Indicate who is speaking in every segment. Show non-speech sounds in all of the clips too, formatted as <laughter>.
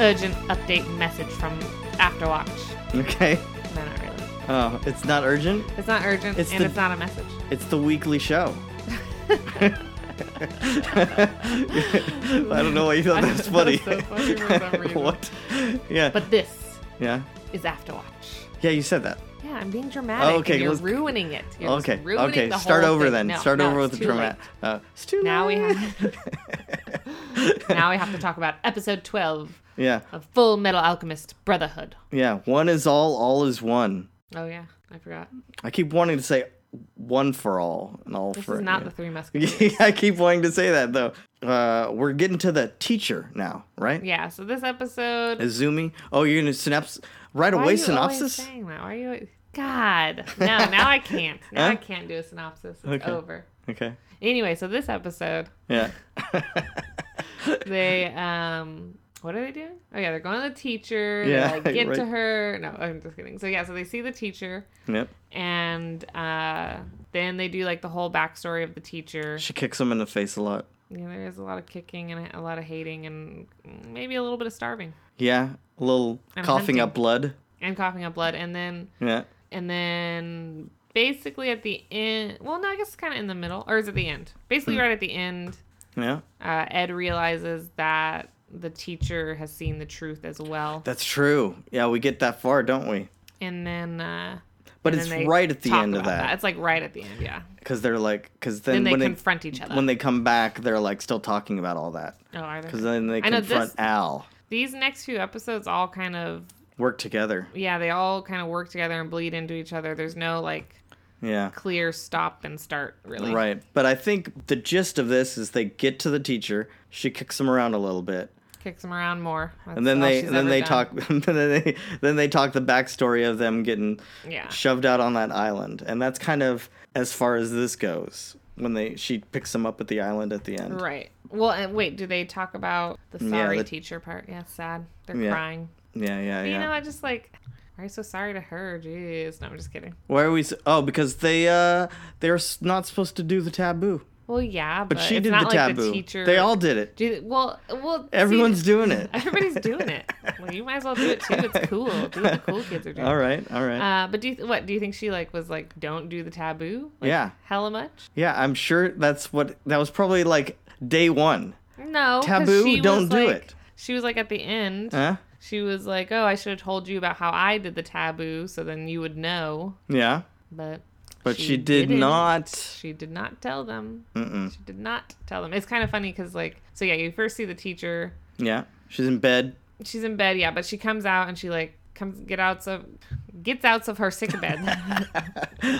Speaker 1: urgent update message from Afterwatch. <laughs>
Speaker 2: Okay.
Speaker 1: No, not really.
Speaker 2: Oh, it's not urgent.
Speaker 1: It's not urgent,
Speaker 2: It's
Speaker 1: and
Speaker 2: the-
Speaker 1: it's not a message.
Speaker 2: It's the
Speaker 1: <laughs>
Speaker 2: weekly show. I don't know why you thought
Speaker 1: <laughs>
Speaker 2: that was funny.
Speaker 1: That's so funny for
Speaker 2: <laughs>
Speaker 1: some reason.
Speaker 2: what? Yeah.
Speaker 1: But this
Speaker 2: yeah.
Speaker 1: is Afterwatch.
Speaker 2: Yeah, you said that.
Speaker 1: Yeah, I'm being dramatic.
Speaker 2: Oh, okay,
Speaker 1: and you're
Speaker 2: let's-
Speaker 1: ruining it. You're just
Speaker 2: okay.
Speaker 1: ruining
Speaker 2: okay.
Speaker 1: the
Speaker 2: Start
Speaker 1: whole
Speaker 2: over
Speaker 1: thing.
Speaker 2: then.
Speaker 1: No,
Speaker 2: Start
Speaker 1: no,
Speaker 2: over with
Speaker 1: it's
Speaker 2: the
Speaker 1: too
Speaker 2: drama.
Speaker 1: late.
Speaker 2: Uh, it's too
Speaker 1: Now we <laughs>
Speaker 2: late. <laughs>
Speaker 1: have. <laughs> now we have to talk about episode 12
Speaker 2: yeah.
Speaker 1: of Full Metal Alchemist Brotherhood.
Speaker 2: Yeah. One is all. All is one.
Speaker 1: Oh yeah, I forgot.
Speaker 2: I keep wanting to say one for all and all
Speaker 1: This
Speaker 2: for
Speaker 1: is not the Three Musketeers.
Speaker 2: the. <laughs> I keep wanting to say that though. Uh, we're getting to the teacher now, right?
Speaker 1: <laughs> yeah. So this episode.
Speaker 2: Izumi. Oh, you're gonna synapse right
Speaker 1: Why are
Speaker 2: away.
Speaker 1: you always
Speaker 2: Synopsis.
Speaker 1: saying that? Why are you? God, no. Now I can't. Now I
Speaker 2: <laughs> Huh?
Speaker 1: can't do a synopsis. It's
Speaker 2: Okay.
Speaker 1: over.
Speaker 2: Okay.
Speaker 1: Anyway, so this episode,
Speaker 2: Yeah. <laughs>
Speaker 1: they um, what are they doing? Oh yeah, they're going to the teacher.
Speaker 2: Yeah,
Speaker 1: Yeah, like, get to
Speaker 2: right.
Speaker 1: her. No, I'm just kidding. So yeah, so they see the teacher,
Speaker 2: yep.
Speaker 1: and uh, then they do like the whole backstory of the teacher.
Speaker 2: She kicks him in the face a lot.
Speaker 1: Yeah, there is a lot of kicking and a lot of hating and maybe a little bit of starving
Speaker 2: Yeah. A little
Speaker 1: And
Speaker 2: coughing
Speaker 1: hunting.
Speaker 2: up blood.
Speaker 1: and coughing up blood, and then
Speaker 2: Yeah.
Speaker 1: and then basically at the end well no i guess it's kind of in the middle or is it the end basically right at the end
Speaker 2: Yeah.
Speaker 1: uh, ed realizes that the teacher has seen the truth as well
Speaker 2: That's true. Yeah, we get that far, don't we?
Speaker 1: and then uh
Speaker 2: But
Speaker 1: and
Speaker 2: it's
Speaker 1: then they
Speaker 2: right at the
Speaker 1: talk
Speaker 2: end of
Speaker 1: about
Speaker 2: that
Speaker 1: it's like right at the end yeah
Speaker 2: because they're like, because
Speaker 1: then,
Speaker 2: then,
Speaker 1: they
Speaker 2: when they
Speaker 1: confront each other
Speaker 2: when they come back, they're like still talking about all that
Speaker 1: oh are
Speaker 2: because
Speaker 1: they?
Speaker 2: then they
Speaker 1: I know
Speaker 2: confront
Speaker 1: this-
Speaker 2: Al.
Speaker 1: these next few episodes all kind of
Speaker 2: Work together.
Speaker 1: yeah they all kind of work together and bleed into each other there's no like
Speaker 2: Yeah.
Speaker 1: clear stop and start really
Speaker 2: Right. But I think the gist of this is they get to the teacher. She kicks him around a little bit.
Speaker 1: kicks them around more That's
Speaker 2: and then
Speaker 1: all
Speaker 2: they
Speaker 1: she's
Speaker 2: then
Speaker 1: ever
Speaker 2: they
Speaker 1: done.
Speaker 2: talk <laughs> then they then they talk the backstory of them getting
Speaker 1: Yeah.
Speaker 2: shoved out on that island and that's kind of as far as this goes when they she picks them up at the island at the end
Speaker 1: Right. Well, and wait, do they talk about the
Speaker 2: Yeah,
Speaker 1: sorry
Speaker 2: the-
Speaker 1: teacher part? Yeah, sad. They're
Speaker 2: Yeah,
Speaker 1: crying.
Speaker 2: yeah yeah
Speaker 1: But,
Speaker 2: yeah
Speaker 1: You know, I just like, why are you so sorry to her? Jeez. No, I'm just kidding.
Speaker 2: why are we s- oh because they uh they're s- not supposed to do the taboo
Speaker 1: Well, yeah, but,
Speaker 2: but she
Speaker 1: it's
Speaker 2: did the
Speaker 1: not like
Speaker 2: taboo
Speaker 1: the teacher.
Speaker 2: they all did it
Speaker 1: do. th- Well, well, see,
Speaker 2: everyone's doing it
Speaker 1: <laughs>
Speaker 2: <laughs>
Speaker 1: everybody's doing it. Well, you might as well do it too. It's cool. Do what the cool kids are doing.
Speaker 2: all right all right
Speaker 1: Uh, but do you th- what do you think she like was like? Don't do the taboo. Like,
Speaker 2: Yeah.
Speaker 1: Hella much.
Speaker 2: yeah i'm sure that's what that was probably like day one
Speaker 1: No. 'cause
Speaker 2: Taboo,
Speaker 1: she was,
Speaker 2: don't do
Speaker 1: like-
Speaker 2: it. Uh.
Speaker 1: She was like at the end.
Speaker 2: huh
Speaker 1: She was like, "Oh, I should have told you about how I did the taboo, so then you would know."
Speaker 2: yeah
Speaker 1: But
Speaker 2: but she, did
Speaker 1: didn't.
Speaker 2: not
Speaker 1: She did not tell them. She did not tell them. It's kind of funny because, like, so yeah, you first see the teacher.
Speaker 2: yeah she's in bed
Speaker 1: She's in bed, yeah, but she comes out and she like comes get out of gets out of her sick
Speaker 2: <laughs>
Speaker 1: bed.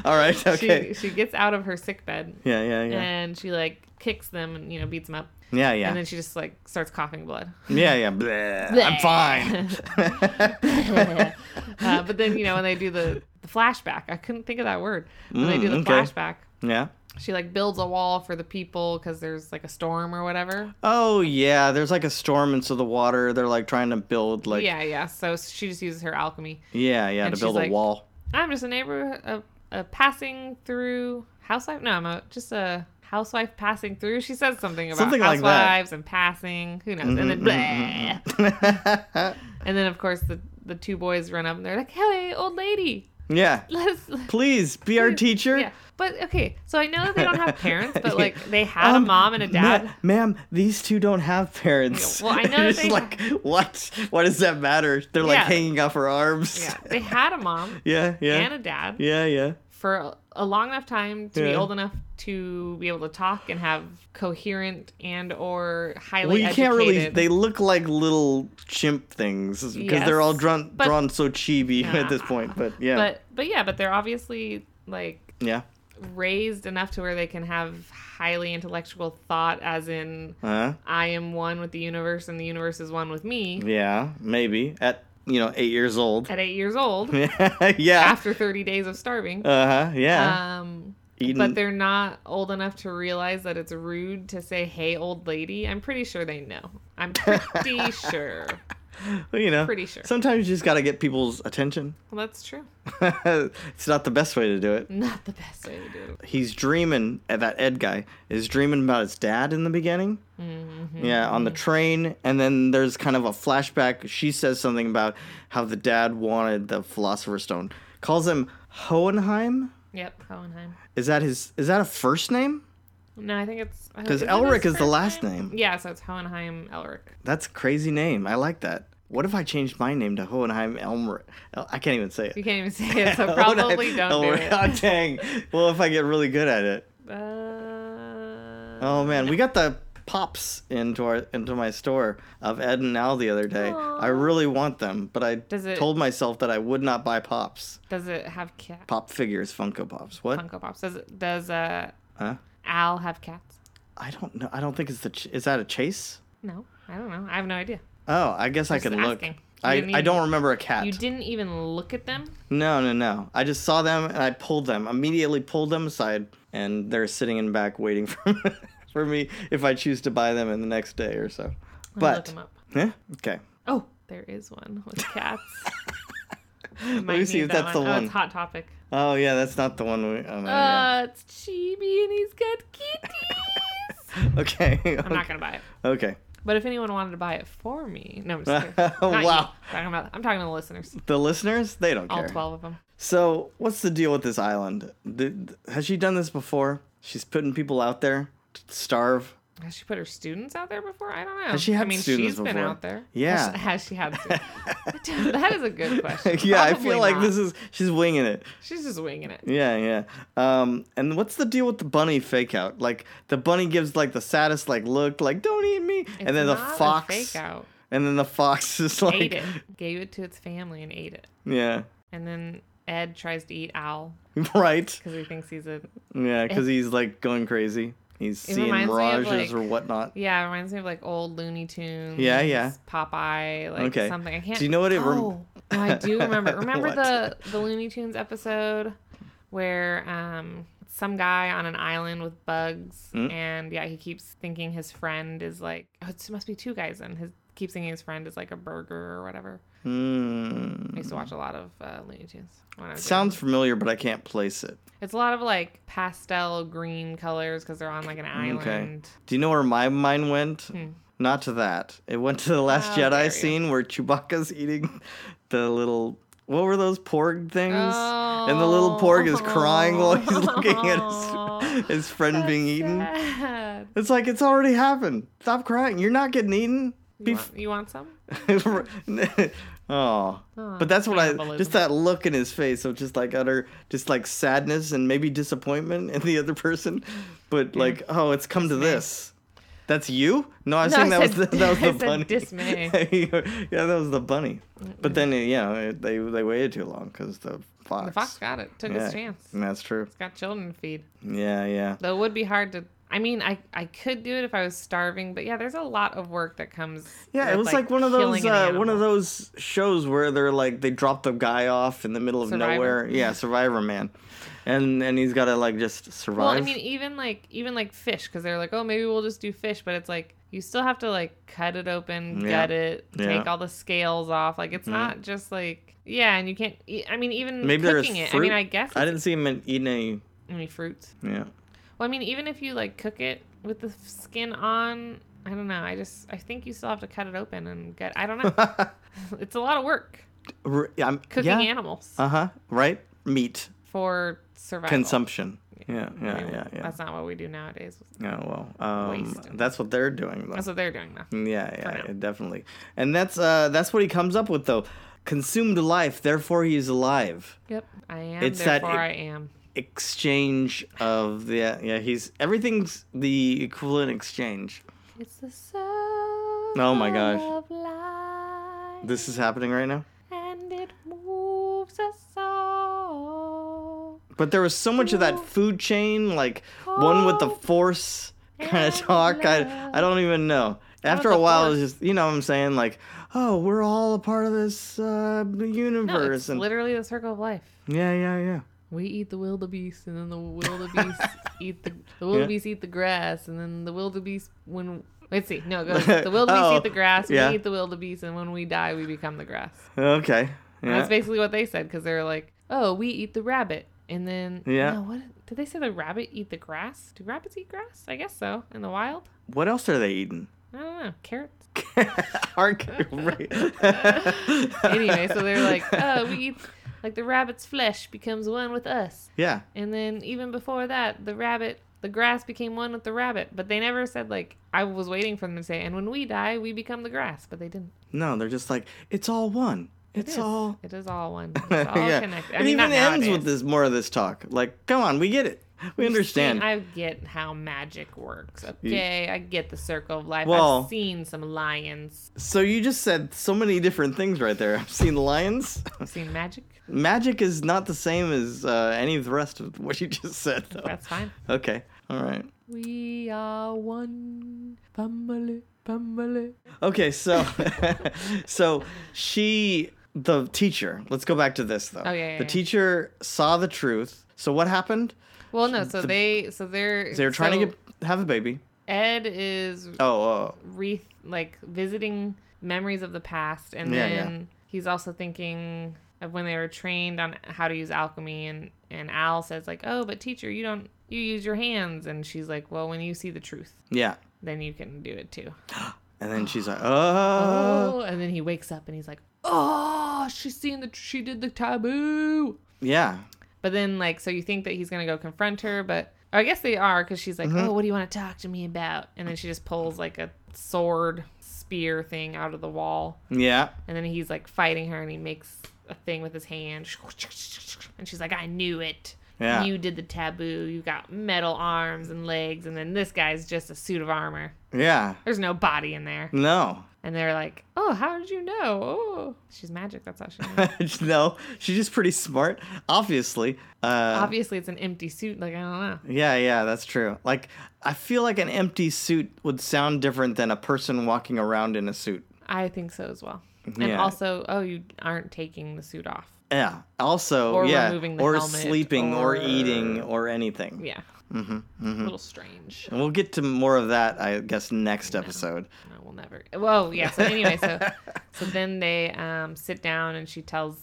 Speaker 2: all right okay
Speaker 1: <laughs> she, she gets out of her sick bed
Speaker 2: Yeah, yeah, yeah.
Speaker 1: and she like kicks them and you know beats them up.
Speaker 2: yeah, yeah.
Speaker 1: And then she just like starts coughing blood.
Speaker 2: yeah, yeah. Bleh. I'm
Speaker 1: Bleh.
Speaker 2: fine.
Speaker 1: <laughs>
Speaker 2: <laughs>
Speaker 1: Uh, but then you know when they do the, the flashback, I couldn't think of that word. When they do the
Speaker 2: Mm, okay.
Speaker 1: flashback,
Speaker 2: yeah.
Speaker 1: she like builds a wall for the people because there's like a storm or whatever.
Speaker 2: Oh, yeah. There's like a storm, and so the water, they're like trying to build, like, yeah,
Speaker 1: yeah, yeah. So she just uses her alchemy.
Speaker 2: yeah,
Speaker 1: And
Speaker 2: to
Speaker 1: she's
Speaker 2: build
Speaker 1: like-
Speaker 2: a wall. <laughs>
Speaker 1: I'm just a neighbor, a, a passing through housewife. No, I'm a, just a housewife passing through. She says something about
Speaker 2: Something like
Speaker 1: housewives
Speaker 2: that. Mm-hmm,
Speaker 1: and passing. Who knows? and then bleh. And then of course the the two boys run up and they're like, "Hey, old lady,
Speaker 2: yeah.
Speaker 1: let <laughs> us."
Speaker 2: Please be our teacher.
Speaker 1: Yeah, but okay. So I know that they don't have parents,
Speaker 2: <laughs>
Speaker 1: but like they had a mom and a
Speaker 2: Um, ma- <laughs>
Speaker 1: dad.
Speaker 2: ma'am, these two don't have parents.
Speaker 1: Yeah, well, I
Speaker 2: <laughs>
Speaker 1: know
Speaker 2: It's
Speaker 1: they-
Speaker 2: like, what? What does that matter? They're like
Speaker 1: Yeah.
Speaker 2: hanging off her arms.
Speaker 1: yeah, they had a mom
Speaker 2: <laughs> yeah, yeah.
Speaker 1: and a dad
Speaker 2: yeah, yeah.
Speaker 1: for a, a long enough time to be
Speaker 2: Yeah.
Speaker 1: old enough to be able to talk and have coherent and or highly
Speaker 2: Well, you
Speaker 1: educated.
Speaker 2: can't really. They look like little chimp things because they're all
Speaker 1: Yes,
Speaker 2: drawn
Speaker 1: but-
Speaker 2: drawn so chibi <laughs> at this point. But yeah,
Speaker 1: but but yeah, but they're obviously like
Speaker 2: yeah,
Speaker 1: raised enough to where they can have highly intellectual thought, as in
Speaker 2: huh?
Speaker 1: I am one with the universe and the universe is one with me.
Speaker 2: Yeah, maybe at you know eight years old.
Speaker 1: At eight years
Speaker 2: <laughs>
Speaker 1: old,
Speaker 2: yeah.
Speaker 1: after thirty days of starving.
Speaker 2: Uh huh. Yeah.
Speaker 1: Um,
Speaker 2: Eating-
Speaker 1: but they're not old enough to realize that it's
Speaker 2: <laughs>
Speaker 1: rude to say, "Hey, old lady." I'm pretty sure they know. I'm pretty sure.
Speaker 2: you know,
Speaker 1: Uh, Pretty sure.
Speaker 2: Sometimes you just got to get people's attention. <laughs>
Speaker 1: Well, that's true.
Speaker 2: it's not the best way to do it.
Speaker 1: Not the best way to do it.
Speaker 2: He's dreaming, uh, that Ed guy is dreaming about his dad in the beginning.
Speaker 1: Mm-hmm.
Speaker 2: Yeah, on the train. And then there's kind of a flashback. She says something about how the dad wanted the Philosopher's Stone. Calls him Hohenheim.
Speaker 1: Yep, Hohenheim.
Speaker 2: Is that his? Is that a first name?
Speaker 1: No, I think it's I-
Speaker 2: Because
Speaker 1: it
Speaker 2: Elric
Speaker 1: his
Speaker 2: is the
Speaker 1: first
Speaker 2: last name.
Speaker 1: Yeah, so it's Hohenheim Elric.
Speaker 2: That's a crazy name. I like that. What if I changed my name to Hohenheim Elmer? El- I can't even say
Speaker 1: You
Speaker 2: it.
Speaker 1: can't even say
Speaker 2: <laughs>
Speaker 1: it, so probably
Speaker 2: Hohenheim
Speaker 1: don't
Speaker 2: Elmer.
Speaker 1: do
Speaker 2: <laughs>
Speaker 1: it.
Speaker 2: Oh, dang. Well, if I get really good at it.
Speaker 1: Uh,
Speaker 2: Oh man, we got the pops into our into my store of Ed and Al the other day. I
Speaker 1: Aw.
Speaker 2: really want them, but I
Speaker 1: Does it-
Speaker 2: told myself that I would not buy pops.
Speaker 1: Does it have cat
Speaker 2: Pop figures, Funko Pops. What?
Speaker 1: Funko Pops? Does it, does uh
Speaker 2: Huh?
Speaker 1: Al have cats?
Speaker 2: I don't know. I don't think it's the. Ch- is that a chase?
Speaker 1: No, I don't know. I have no idea.
Speaker 2: Oh, I guess I
Speaker 1: Just
Speaker 2: can look.
Speaker 1: asking. You
Speaker 2: I,
Speaker 1: didn't
Speaker 2: I don't
Speaker 1: even-
Speaker 2: remember a cat.
Speaker 1: You didn't even look at them.
Speaker 2: No, no, no. I just saw them and I pulled them. Immediately pulled them aside, and they're sitting in back waiting <laughs> for for me if I choose to buy them in the next day or so.
Speaker 1: I'll look
Speaker 2: But
Speaker 1: them up.
Speaker 2: yeah, okay.
Speaker 1: Oh, there is one with
Speaker 2: <laughs>
Speaker 1: cats. Let
Speaker 2: me see if that's the
Speaker 1: Oh,
Speaker 2: one.
Speaker 1: it's Hot Topic.
Speaker 2: Oh yeah, that's not the one. We, oh, no, yeah.
Speaker 1: Uh, it's Chibi and he's got kitties.
Speaker 2: <laughs> Okay.
Speaker 1: I'm not gonna buy it.
Speaker 2: <laughs> okay.
Speaker 1: But if anyone wanted to buy it for me, no, I'm just kidding.
Speaker 2: <laughs>
Speaker 1: Not you.
Speaker 2: Wow.
Speaker 1: I'm talking about, I'm talking to the listeners,
Speaker 2: The listeners, they don't
Speaker 1: all
Speaker 2: care.
Speaker 1: 12 of them.
Speaker 2: So, what's the deal with this island? Did, has she done this before? She's putting people out there to starve. <laughs>
Speaker 1: Has she put her students out there before? I don't know.
Speaker 2: Has she had
Speaker 1: I mean,
Speaker 2: students
Speaker 1: she's been
Speaker 2: before?
Speaker 1: out there.
Speaker 2: Yeah.
Speaker 1: Has she, has she had students?
Speaker 2: <laughs>
Speaker 1: <laughs> I don't- that is a good question.
Speaker 2: yeah, I
Speaker 1: Probably
Speaker 2: feel like
Speaker 1: not.
Speaker 2: this is she's winging it.
Speaker 1: She's just winging it.
Speaker 2: Yeah, yeah. Um, and what's the deal with the bunny fake out? Like the bunny gives like the saddest like look, like don't eat me,
Speaker 1: It's
Speaker 2: <laughs> and then the
Speaker 1: not a
Speaker 2: fox,
Speaker 1: fake out.
Speaker 2: and then the fox <laughs> is like,
Speaker 1: Ate it. Gave it to its family and ate it.
Speaker 2: yeah, <laughs>
Speaker 1: And then Ed tries to eat Owl
Speaker 2: right,
Speaker 1: because he thinks he's a.
Speaker 2: yeah, because he's like going crazy. He's
Speaker 1: It
Speaker 2: seeing
Speaker 1: reminds me of,
Speaker 2: mirages
Speaker 1: like-
Speaker 2: or whatnot.
Speaker 1: Yeah, it reminds me of like old Looney Tunes.
Speaker 2: Yeah, yeah.
Speaker 1: Popeye, like
Speaker 2: Okay.
Speaker 1: something. I can't.
Speaker 2: Do you know what it rem-
Speaker 1: Oh, no, I do
Speaker 2: <laughs>
Speaker 1: remember. Remember
Speaker 2: What?
Speaker 1: the the Looney Tunes episode where um some guy on an island with bugs
Speaker 2: Mm.
Speaker 1: and yeah he keeps thinking his friend is like oh it must be two guys and his keeps thinking his friend is like a burger or whatever. I
Speaker 2: Hmm.
Speaker 1: used to watch a lot of uh, Looney Tunes. When I was young.
Speaker 2: Sounds familiar, but I can't place it.
Speaker 1: It's a lot of like pastel green colors because they're on like an
Speaker 2: Okay.
Speaker 1: island.
Speaker 2: Do you know where my mind went?
Speaker 1: Hmm.
Speaker 2: Not to that. It went to the Last
Speaker 1: How dare
Speaker 2: Jedi
Speaker 1: you.
Speaker 2: scene where Chewbacca's eating the little. What were those porg things? And the little porg is crying
Speaker 1: <laughs>
Speaker 2: while he's <laughs> looking
Speaker 1: Oh.
Speaker 2: at
Speaker 1: <laughs>
Speaker 2: his, <laughs> his friend
Speaker 1: That's
Speaker 2: being eaten.
Speaker 1: sad.
Speaker 2: It's like, it's already happened. Stop crying. You're not getting eaten.
Speaker 1: You,
Speaker 2: Be
Speaker 1: want, you want some?
Speaker 2: f- <laughs> oh.
Speaker 1: Aw,
Speaker 2: But that's what I.
Speaker 1: cannibalism.
Speaker 2: Just that look in his face of just like utter. Just like sadness and maybe disappointment in the other person. But like, oh, it's come to
Speaker 1: Dismay.
Speaker 2: this. That's you? No, I was
Speaker 1: No,
Speaker 2: saying
Speaker 1: I
Speaker 2: that was
Speaker 1: said- <laughs>
Speaker 2: the, that was
Speaker 1: I
Speaker 2: the
Speaker 1: said
Speaker 2: bunny. <laughs>
Speaker 1: dismay.
Speaker 2: yeah, that was the bunny. But then, you know, it, they they waited too long because the fox.
Speaker 1: The fox got it. Took
Speaker 2: Uh, yeah,
Speaker 1: his chance. It's
Speaker 2: That's true.
Speaker 1: got children to feed.
Speaker 2: Yeah, yeah.
Speaker 1: Though it would be hard to. I mean, I I could do it if I was starving, but yeah, there's a lot of work that comes.
Speaker 2: Yeah, it
Speaker 1: with,
Speaker 2: was like, one of
Speaker 1: killing an
Speaker 2: those uh, one
Speaker 1: animal.
Speaker 2: of those shows where they're like they drop the guy off in the middle of
Speaker 1: Survivor?
Speaker 2: nowhere.
Speaker 1: <laughs>
Speaker 2: Yeah, Survivor Man, and and he's got to like just survive.
Speaker 1: Well, I mean, even like even like fish, because they're like, oh, maybe we'll just do fish, but it's like you still have to like cut it open,
Speaker 2: Yeah.
Speaker 1: gut it,
Speaker 2: Yeah. Mm-hmm.
Speaker 1: take all the scales off. Like it's not just like yeah, and you can't. Eat, I mean, even
Speaker 2: Maybe there's
Speaker 1: cooking it. I
Speaker 2: fruit?
Speaker 1: mean, I guess
Speaker 2: I
Speaker 1: it's,
Speaker 2: didn't see him in- eating any.
Speaker 1: any fruits. <laughs>
Speaker 2: Yeah,
Speaker 1: Well, I mean, even if you like cook it with the skin on, I don't know. I just I think you still have to cut it open and gut. I don't
Speaker 2: <laughs>
Speaker 1: know. <laughs> it's a lot of work
Speaker 2: R- I'm,
Speaker 1: cooking
Speaker 2: yeah.
Speaker 1: animals
Speaker 2: Uh huh. Right. Meat
Speaker 1: for survival.
Speaker 2: consumption. Yeah,
Speaker 1: I
Speaker 2: yeah,
Speaker 1: mean,
Speaker 2: yeah, yeah.
Speaker 1: That's not what we do nowadays.
Speaker 2: Oh well, um,
Speaker 1: Waste.
Speaker 2: that's what they're doing though. Mm,
Speaker 1: That's what they're doing now.
Speaker 2: Yeah, yeah,
Speaker 1: now.
Speaker 2: yeah, definitely. And that's uh that's what he comes up with though. Consumed life, therefore he is alive.
Speaker 1: Yep, I am.
Speaker 2: It's that
Speaker 1: therefore,
Speaker 2: it-
Speaker 1: I am.
Speaker 2: Exchange of the yeah, he's everything's the equivalent exchange.
Speaker 1: It's the soul.
Speaker 2: Oh my gosh.
Speaker 1: Of life,
Speaker 2: This is happening right now.
Speaker 1: and it moves us all.
Speaker 2: But there was so much of that food chain, like one with the force kind of talk. I I don't even know. After
Speaker 1: the
Speaker 2: a while, it's just you know what I'm saying, like, oh, we're all a part of this uh,
Speaker 1: No, it's
Speaker 2: universe, and
Speaker 1: literally the circle of life.
Speaker 2: yeah, yeah, yeah.
Speaker 1: we eat the wildebeest, and then the
Speaker 2: <laughs>
Speaker 1: wildebeest eat the, the wildebeest eat the grass, and then the wildebeest when let's see, no, it goes,
Speaker 2: <laughs>
Speaker 1: the wildebeest
Speaker 2: Oh,
Speaker 1: eat the grass,
Speaker 2: yeah.
Speaker 1: we eat the wildebeest, and when we die, we become the grass.
Speaker 2: Okay.
Speaker 1: And
Speaker 2: Yeah.
Speaker 1: That's basically what they said because they were like, "Oh, we eat the rabbit," and then
Speaker 2: Yeah.
Speaker 1: no, what did they say? The rabbit eat the grass? Do rabbits eat grass? I guess so. In the wild,
Speaker 2: What else are they eating? <laughs>
Speaker 1: I don't know. Carrots.
Speaker 2: Aren't right.
Speaker 1: <laughs> anyway, so they're
Speaker 2: <laughs>
Speaker 1: like, "Oh, we eat like the rabbit's flesh becomes one with us,"
Speaker 2: Yeah.
Speaker 1: and then even before that, the rabbit. The grass became one with the rabbit, but they never said like I was waiting for them to say. And when we die, we become the grass, but they didn't.
Speaker 2: No, they're just like it's all one.
Speaker 1: It
Speaker 2: It's
Speaker 1: is-
Speaker 2: all.
Speaker 1: It is all
Speaker 2: <laughs>
Speaker 1: one. It's all
Speaker 2: yeah.
Speaker 1: connected. I
Speaker 2: it
Speaker 1: mean,
Speaker 2: even
Speaker 1: not
Speaker 2: ends
Speaker 1: nowadays.
Speaker 2: with this more of this talk. Like, come on, we get it. We understand.
Speaker 1: I get how magic works. Okay, I get the circle of life.
Speaker 2: Well-
Speaker 1: I've seen some lions.
Speaker 2: So you just said so many different things right there. <laughs> I've seen lions. <laughs>
Speaker 1: I've seen magic.
Speaker 2: Magic is not the same as uh, any of the rest of what you <laughs> just said. Though.
Speaker 1: That's
Speaker 2: <laughs>
Speaker 1: fine.
Speaker 2: Okay. All right.
Speaker 1: We are one family, family.
Speaker 2: Okay. So, <laughs> so she, the teacher. Let's go back to this though.
Speaker 1: Oh, yeah, yeah,
Speaker 2: the
Speaker 1: yeah.
Speaker 2: teacher saw the truth. So what happened?
Speaker 1: Well, no. So they, so they're
Speaker 2: They were trying to
Speaker 1: so
Speaker 2: get have a baby.
Speaker 1: Ed is
Speaker 2: Oh, oh,
Speaker 1: re like visiting memories of the past, and
Speaker 2: Yeah,
Speaker 1: then he's also thinking of when they were trained on how to use alchemy, and and Al says like, oh, but teacher, you don't you use your hands, and she's like, well, when you see the truth.
Speaker 2: yeah.
Speaker 1: then you can do it too.
Speaker 2: And then she's like,
Speaker 1: oh,
Speaker 2: oh,
Speaker 1: and then he wakes up and he's like, "Oh, she's seeing the she did the taboo."
Speaker 2: yeah.
Speaker 1: But then like so you think that he's going to go confront her, but or I guess they are cuz she's like, "Oh, what do you want to talk to me about?" And then she just pulls like a sword spear thing out of the wall,
Speaker 2: Yeah.
Speaker 1: and then he's like fighting her and he makes a thing with his hand. And she's like, "I knew it."
Speaker 2: Yeah.
Speaker 1: You did the taboo. You got metal arms and legs, and then this guy's just a suit of armor.
Speaker 2: Yeah.
Speaker 1: There's no body in there.
Speaker 2: Mm. No. <laughs>
Speaker 1: And they're like, "Oh, how did you know? Oh, she's magic. That's how she. Knows.
Speaker 2: no. She's just pretty smart, obviously. Uh,
Speaker 1: Obviously, it's an empty suit. Like I don't know.
Speaker 2: Yeah, yeah, that's true. Like, I feel like an empty suit would sound different than a person walking around in a suit.
Speaker 1: I think so as well. And
Speaker 2: Yeah.
Speaker 1: also, oh, you aren't taking the suit off.
Speaker 2: Yeah. Also,
Speaker 1: Or
Speaker 2: yeah,
Speaker 1: removing the
Speaker 2: or
Speaker 1: helmet,
Speaker 2: sleeping, or...
Speaker 1: or-
Speaker 2: eating, or anything.
Speaker 1: Yeah,
Speaker 2: Mm-hmm, mm-hmm.
Speaker 1: a little strange.
Speaker 2: And we'll get to more of that, I guess, next episode.
Speaker 1: No, we'll never. Well, yeah. So anyway,
Speaker 2: <laughs>
Speaker 1: so so then they um, sit down and she tells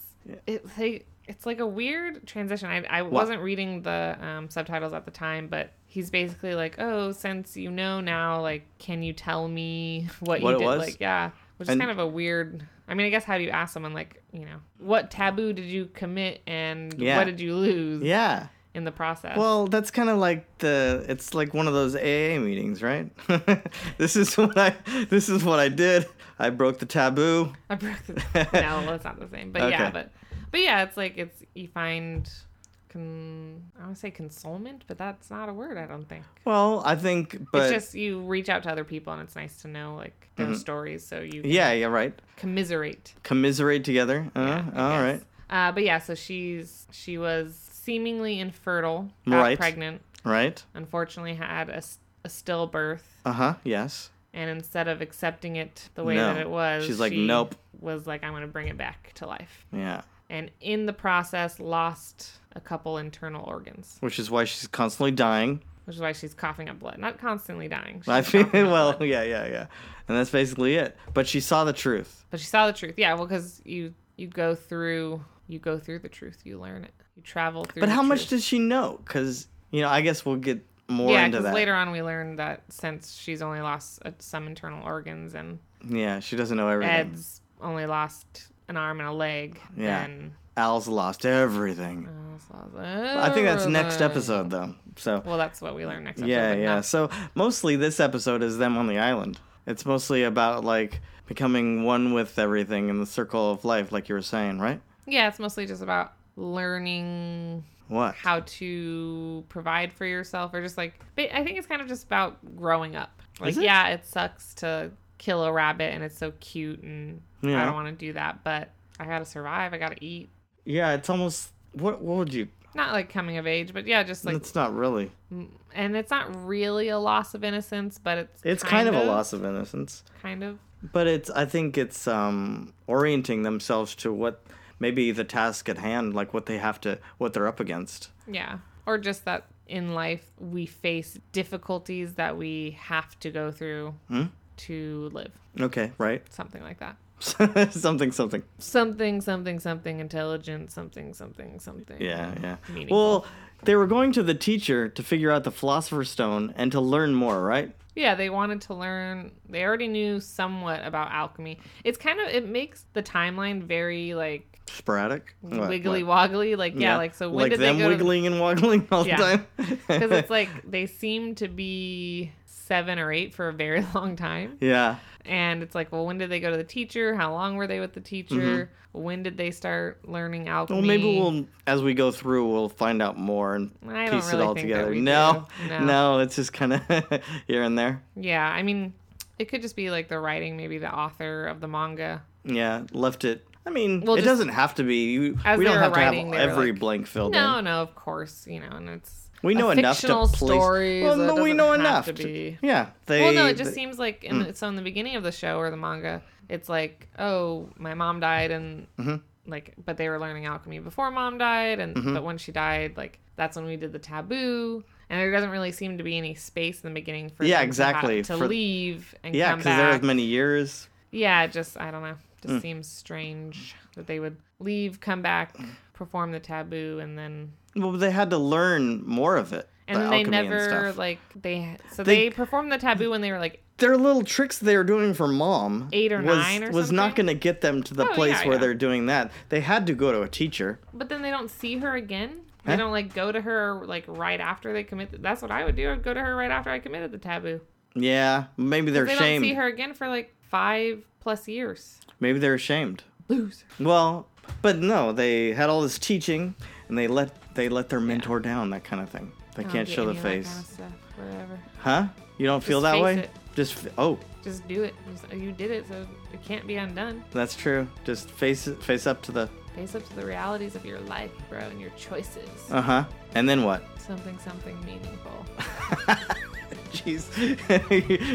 Speaker 1: it. They, it's like a weird transition. I, I wasn't reading the um, subtitles at the time, but he's basically like, "Oh, since you know now, like, can you tell me <laughs> what,
Speaker 2: What
Speaker 1: you
Speaker 2: it
Speaker 1: did?"
Speaker 2: was?
Speaker 1: Like, yeah, which is
Speaker 2: And-
Speaker 1: kind of a weird. I mean, I guess how do you ask someone like, you know, what taboo did you commit and
Speaker 2: Yeah.
Speaker 1: what did you lose
Speaker 2: Yeah.
Speaker 1: in the process? <laughs>
Speaker 2: <laughs> Well, that's kind of like the. It's like one of those AA meetings, right? <laughs> this is what I. This is what I did. I broke the taboo.
Speaker 1: I broke the, no, well, it's
Speaker 2: <laughs>
Speaker 1: not the same. But yeah,
Speaker 2: Okay.
Speaker 1: but but yeah, it's like it's you find con I want to say consolement, but that's not a word. I don't think
Speaker 2: Well, I think, but Mm-hmm.
Speaker 1: it's just you reach out to other people, and it's nice to know like their stories, so you can
Speaker 2: yeah, yeah, right.
Speaker 1: commiserate.
Speaker 2: Commiserate together. Uh,
Speaker 1: Yeah, I
Speaker 2: all right,
Speaker 1: guess. Uh, but yeah, so she's she was seemingly infertile, got
Speaker 2: Right.
Speaker 1: pregnant,
Speaker 2: right.
Speaker 1: unfortunately had a, s- a stillbirth,
Speaker 2: Uh huh. Yes.
Speaker 1: and instead of accepting it the way
Speaker 2: No.
Speaker 1: that it was,
Speaker 2: She's like,
Speaker 1: she
Speaker 2: "Nope."
Speaker 1: Was like, I'm gonna bring it back to life.
Speaker 2: Yeah.
Speaker 1: and in the process lost a couple internal organs,
Speaker 2: Which is why she's constantly dying.
Speaker 1: which is why she's coughing up blood. Not constantly dying.
Speaker 2: I
Speaker 1: she's
Speaker 2: feel
Speaker 1: coughing up
Speaker 2: <laughs> well.
Speaker 1: blood.
Speaker 2: Yeah, yeah, yeah. And that's basically it. But she saw the truth.
Speaker 1: but she saw the truth. Yeah, well, because you you go through you go through the truth, you learn it, you travel through.
Speaker 2: But
Speaker 1: the
Speaker 2: how much
Speaker 1: truth.
Speaker 2: did she know? Because you know, I guess we'll get more
Speaker 1: yeah,
Speaker 2: into that.
Speaker 1: later on we learned that since she's only lost uh, some internal organs and
Speaker 2: Yeah, she doesn't know everything.
Speaker 1: Ed's only lost an arm and a leg,
Speaker 2: Yeah.
Speaker 1: then
Speaker 2: Al's lost everything. I
Speaker 1: I
Speaker 2: think that's next episode though. So
Speaker 1: uh, Well, that's what we learn next episode.
Speaker 2: yeah,
Speaker 1: but
Speaker 2: yeah.
Speaker 1: not-
Speaker 2: So mostly this episode is them on the island. It's mostly about like becoming one with everything in the circle of life, like you were saying, right?
Speaker 1: yeah, it's mostly just about learning
Speaker 2: What?
Speaker 1: how to provide for yourself or just like ba- i think it's kind of just about growing up like
Speaker 2: Is it?
Speaker 1: yeah it sucks to kill a rabbit and it's so cute and
Speaker 2: Yeah.
Speaker 1: i don't want to do that but i gotta survive i gotta eat
Speaker 2: Yeah, it's almost what? What would you?
Speaker 1: not like coming of age but yeah just like
Speaker 2: it's not really.
Speaker 1: m- and it's not really a loss of innocence but it's
Speaker 2: It's kind, of, a loss of innocence,
Speaker 1: kind of
Speaker 2: but it's. I think it's um orienting themselves to what maybe the task at hand, like what they have to, what they're up against.
Speaker 1: Yeah. Or just that in life we face difficulties that we have to go through
Speaker 2: Hmm?
Speaker 1: to live.
Speaker 2: Okay, right? <laughs>
Speaker 1: Something like that.
Speaker 2: something, something.
Speaker 1: Something, something, something intelligent, something, something, something.
Speaker 2: Yeah, yeah.
Speaker 1: Meaningful.
Speaker 2: Well, they were going to the teacher to figure out the Philosopher's Stone and to learn more, right?
Speaker 1: Yeah, they wanted to learn. They already knew somewhat about alchemy. It's kind of, it makes the timeline very like
Speaker 2: Sporadic, What,
Speaker 1: wiggly
Speaker 2: what?
Speaker 1: woggly. Like, yeah, like, so when
Speaker 2: like
Speaker 1: did
Speaker 2: them
Speaker 1: they go <laughs> to
Speaker 2: wiggling and waggling all
Speaker 1: Yeah.
Speaker 2: the time.
Speaker 1: Because it's like they seem to be seven or eight for a very <laughs> long time.
Speaker 2: <laughs> yeah,
Speaker 1: And it's like, well, when did they go to the teacher? How long were they with the teacher? When did they start learning alchemy?
Speaker 2: Mm-hmm. well, maybe we'll as we go through, we'll find out more and
Speaker 1: I don't
Speaker 2: piece
Speaker 1: really
Speaker 2: it all
Speaker 1: think that
Speaker 2: together.
Speaker 1: we
Speaker 2: no, <laughs>
Speaker 1: do. No.
Speaker 2: no, it's just kind of <laughs> here and there.
Speaker 1: Yeah, I mean, it could just be like the writing, maybe the author of the manga.
Speaker 2: Yeah, left it. I mean,
Speaker 1: Well,
Speaker 2: it
Speaker 1: just-
Speaker 2: doesn't have to be. You,
Speaker 1: As
Speaker 2: we
Speaker 1: they
Speaker 2: don't
Speaker 1: were
Speaker 2: have
Speaker 1: writing,
Speaker 2: to
Speaker 1: they
Speaker 2: have
Speaker 1: were
Speaker 2: every
Speaker 1: like,
Speaker 2: blank filled in.
Speaker 1: No, no, of course, you know, and it's
Speaker 2: We
Speaker 1: a
Speaker 2: know enough to
Speaker 1: fictional
Speaker 2: place.
Speaker 1: stories.
Speaker 2: well,
Speaker 1: so it
Speaker 2: no, we
Speaker 1: doesn't
Speaker 2: know
Speaker 1: have
Speaker 2: enough
Speaker 1: to
Speaker 2: to- Hmm.
Speaker 1: be.
Speaker 2: yeah, they.
Speaker 1: Well, no, it just
Speaker 2: they-
Speaker 1: seems like in the, so in the beginning of the show or the manga, it's like, oh, my mom died, and
Speaker 2: Mm-hmm.
Speaker 1: like, but they were learning alchemy before mom died, and but when she died, like that's when we did the taboo, and there doesn't really seem to be any space in the beginning for
Speaker 2: Yeah,
Speaker 1: them to ha-
Speaker 2: exactly,
Speaker 1: to,
Speaker 2: for-
Speaker 1: leave and
Speaker 2: yeah,
Speaker 1: come
Speaker 2: because there
Speaker 1: back.
Speaker 2: was many years.
Speaker 1: yeah, it just I don't know,
Speaker 2: Hmm.
Speaker 1: just seems strange that they would leave, come back, perform the taboo, and then.
Speaker 2: Well, they had to learn more of it.
Speaker 1: And
Speaker 2: the
Speaker 1: then they
Speaker 2: alchemy and
Speaker 1: never
Speaker 2: stuff.
Speaker 1: like they so
Speaker 2: They-
Speaker 1: they performed the taboo when they were like
Speaker 2: their little tricks they were doing for mom
Speaker 1: Eight or
Speaker 2: was,
Speaker 1: nine or
Speaker 2: was not
Speaker 1: something?
Speaker 2: going to get them to the
Speaker 1: Oh,
Speaker 2: place
Speaker 1: yeah,
Speaker 2: where
Speaker 1: yeah.
Speaker 2: they're doing that they had to go to a teacher
Speaker 1: But then they don't see her again. They
Speaker 2: Huh?
Speaker 1: don't like go to her like right after they commit. That's what I would do. I'd go to her right after I committed the taboo.
Speaker 2: yeah maybe they're
Speaker 1: They
Speaker 2: ashamed
Speaker 1: don't see her again for like five plus years.
Speaker 2: maybe they're ashamed
Speaker 1: Loser.
Speaker 2: well but no they had all this teaching and they let they let their mentor down that kind of thing
Speaker 1: Oh,
Speaker 2: they can't show the face
Speaker 1: Whatever.
Speaker 2: huh you don't feel
Speaker 1: Just
Speaker 2: that way
Speaker 1: face it.
Speaker 2: just f- oh
Speaker 1: Just do it. Just- You did it, so it can't be undone.
Speaker 2: that's true just face it face up to the
Speaker 1: Face up to the realities of your life, bro, and your choices.
Speaker 2: uh-huh and then what
Speaker 1: Something, something meaningful.
Speaker 2: <laughs> jeez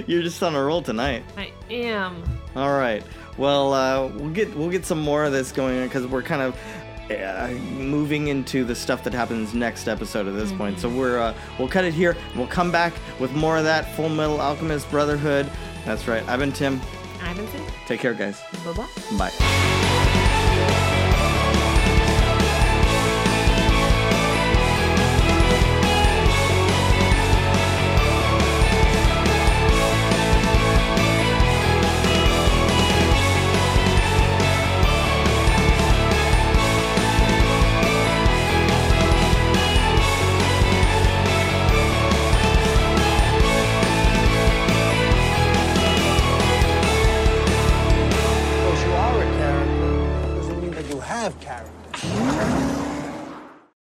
Speaker 2: <laughs> you're just on a roll tonight
Speaker 1: I am.
Speaker 2: All right. Well, uh, we'll get we'll get some more of this going on because we're kind of uh, moving into the stuff that happens next episode at this point. So we're uh, we'll cut it here. And we'll come back with more of that Full Metal Alchemist Brotherhood. That's right. I've been Tim.
Speaker 1: I'm insane.
Speaker 2: Take care, guys.
Speaker 1: Bye bye.
Speaker 2: Bye.
Speaker 3: Because you are a character doesn't mean that you have character.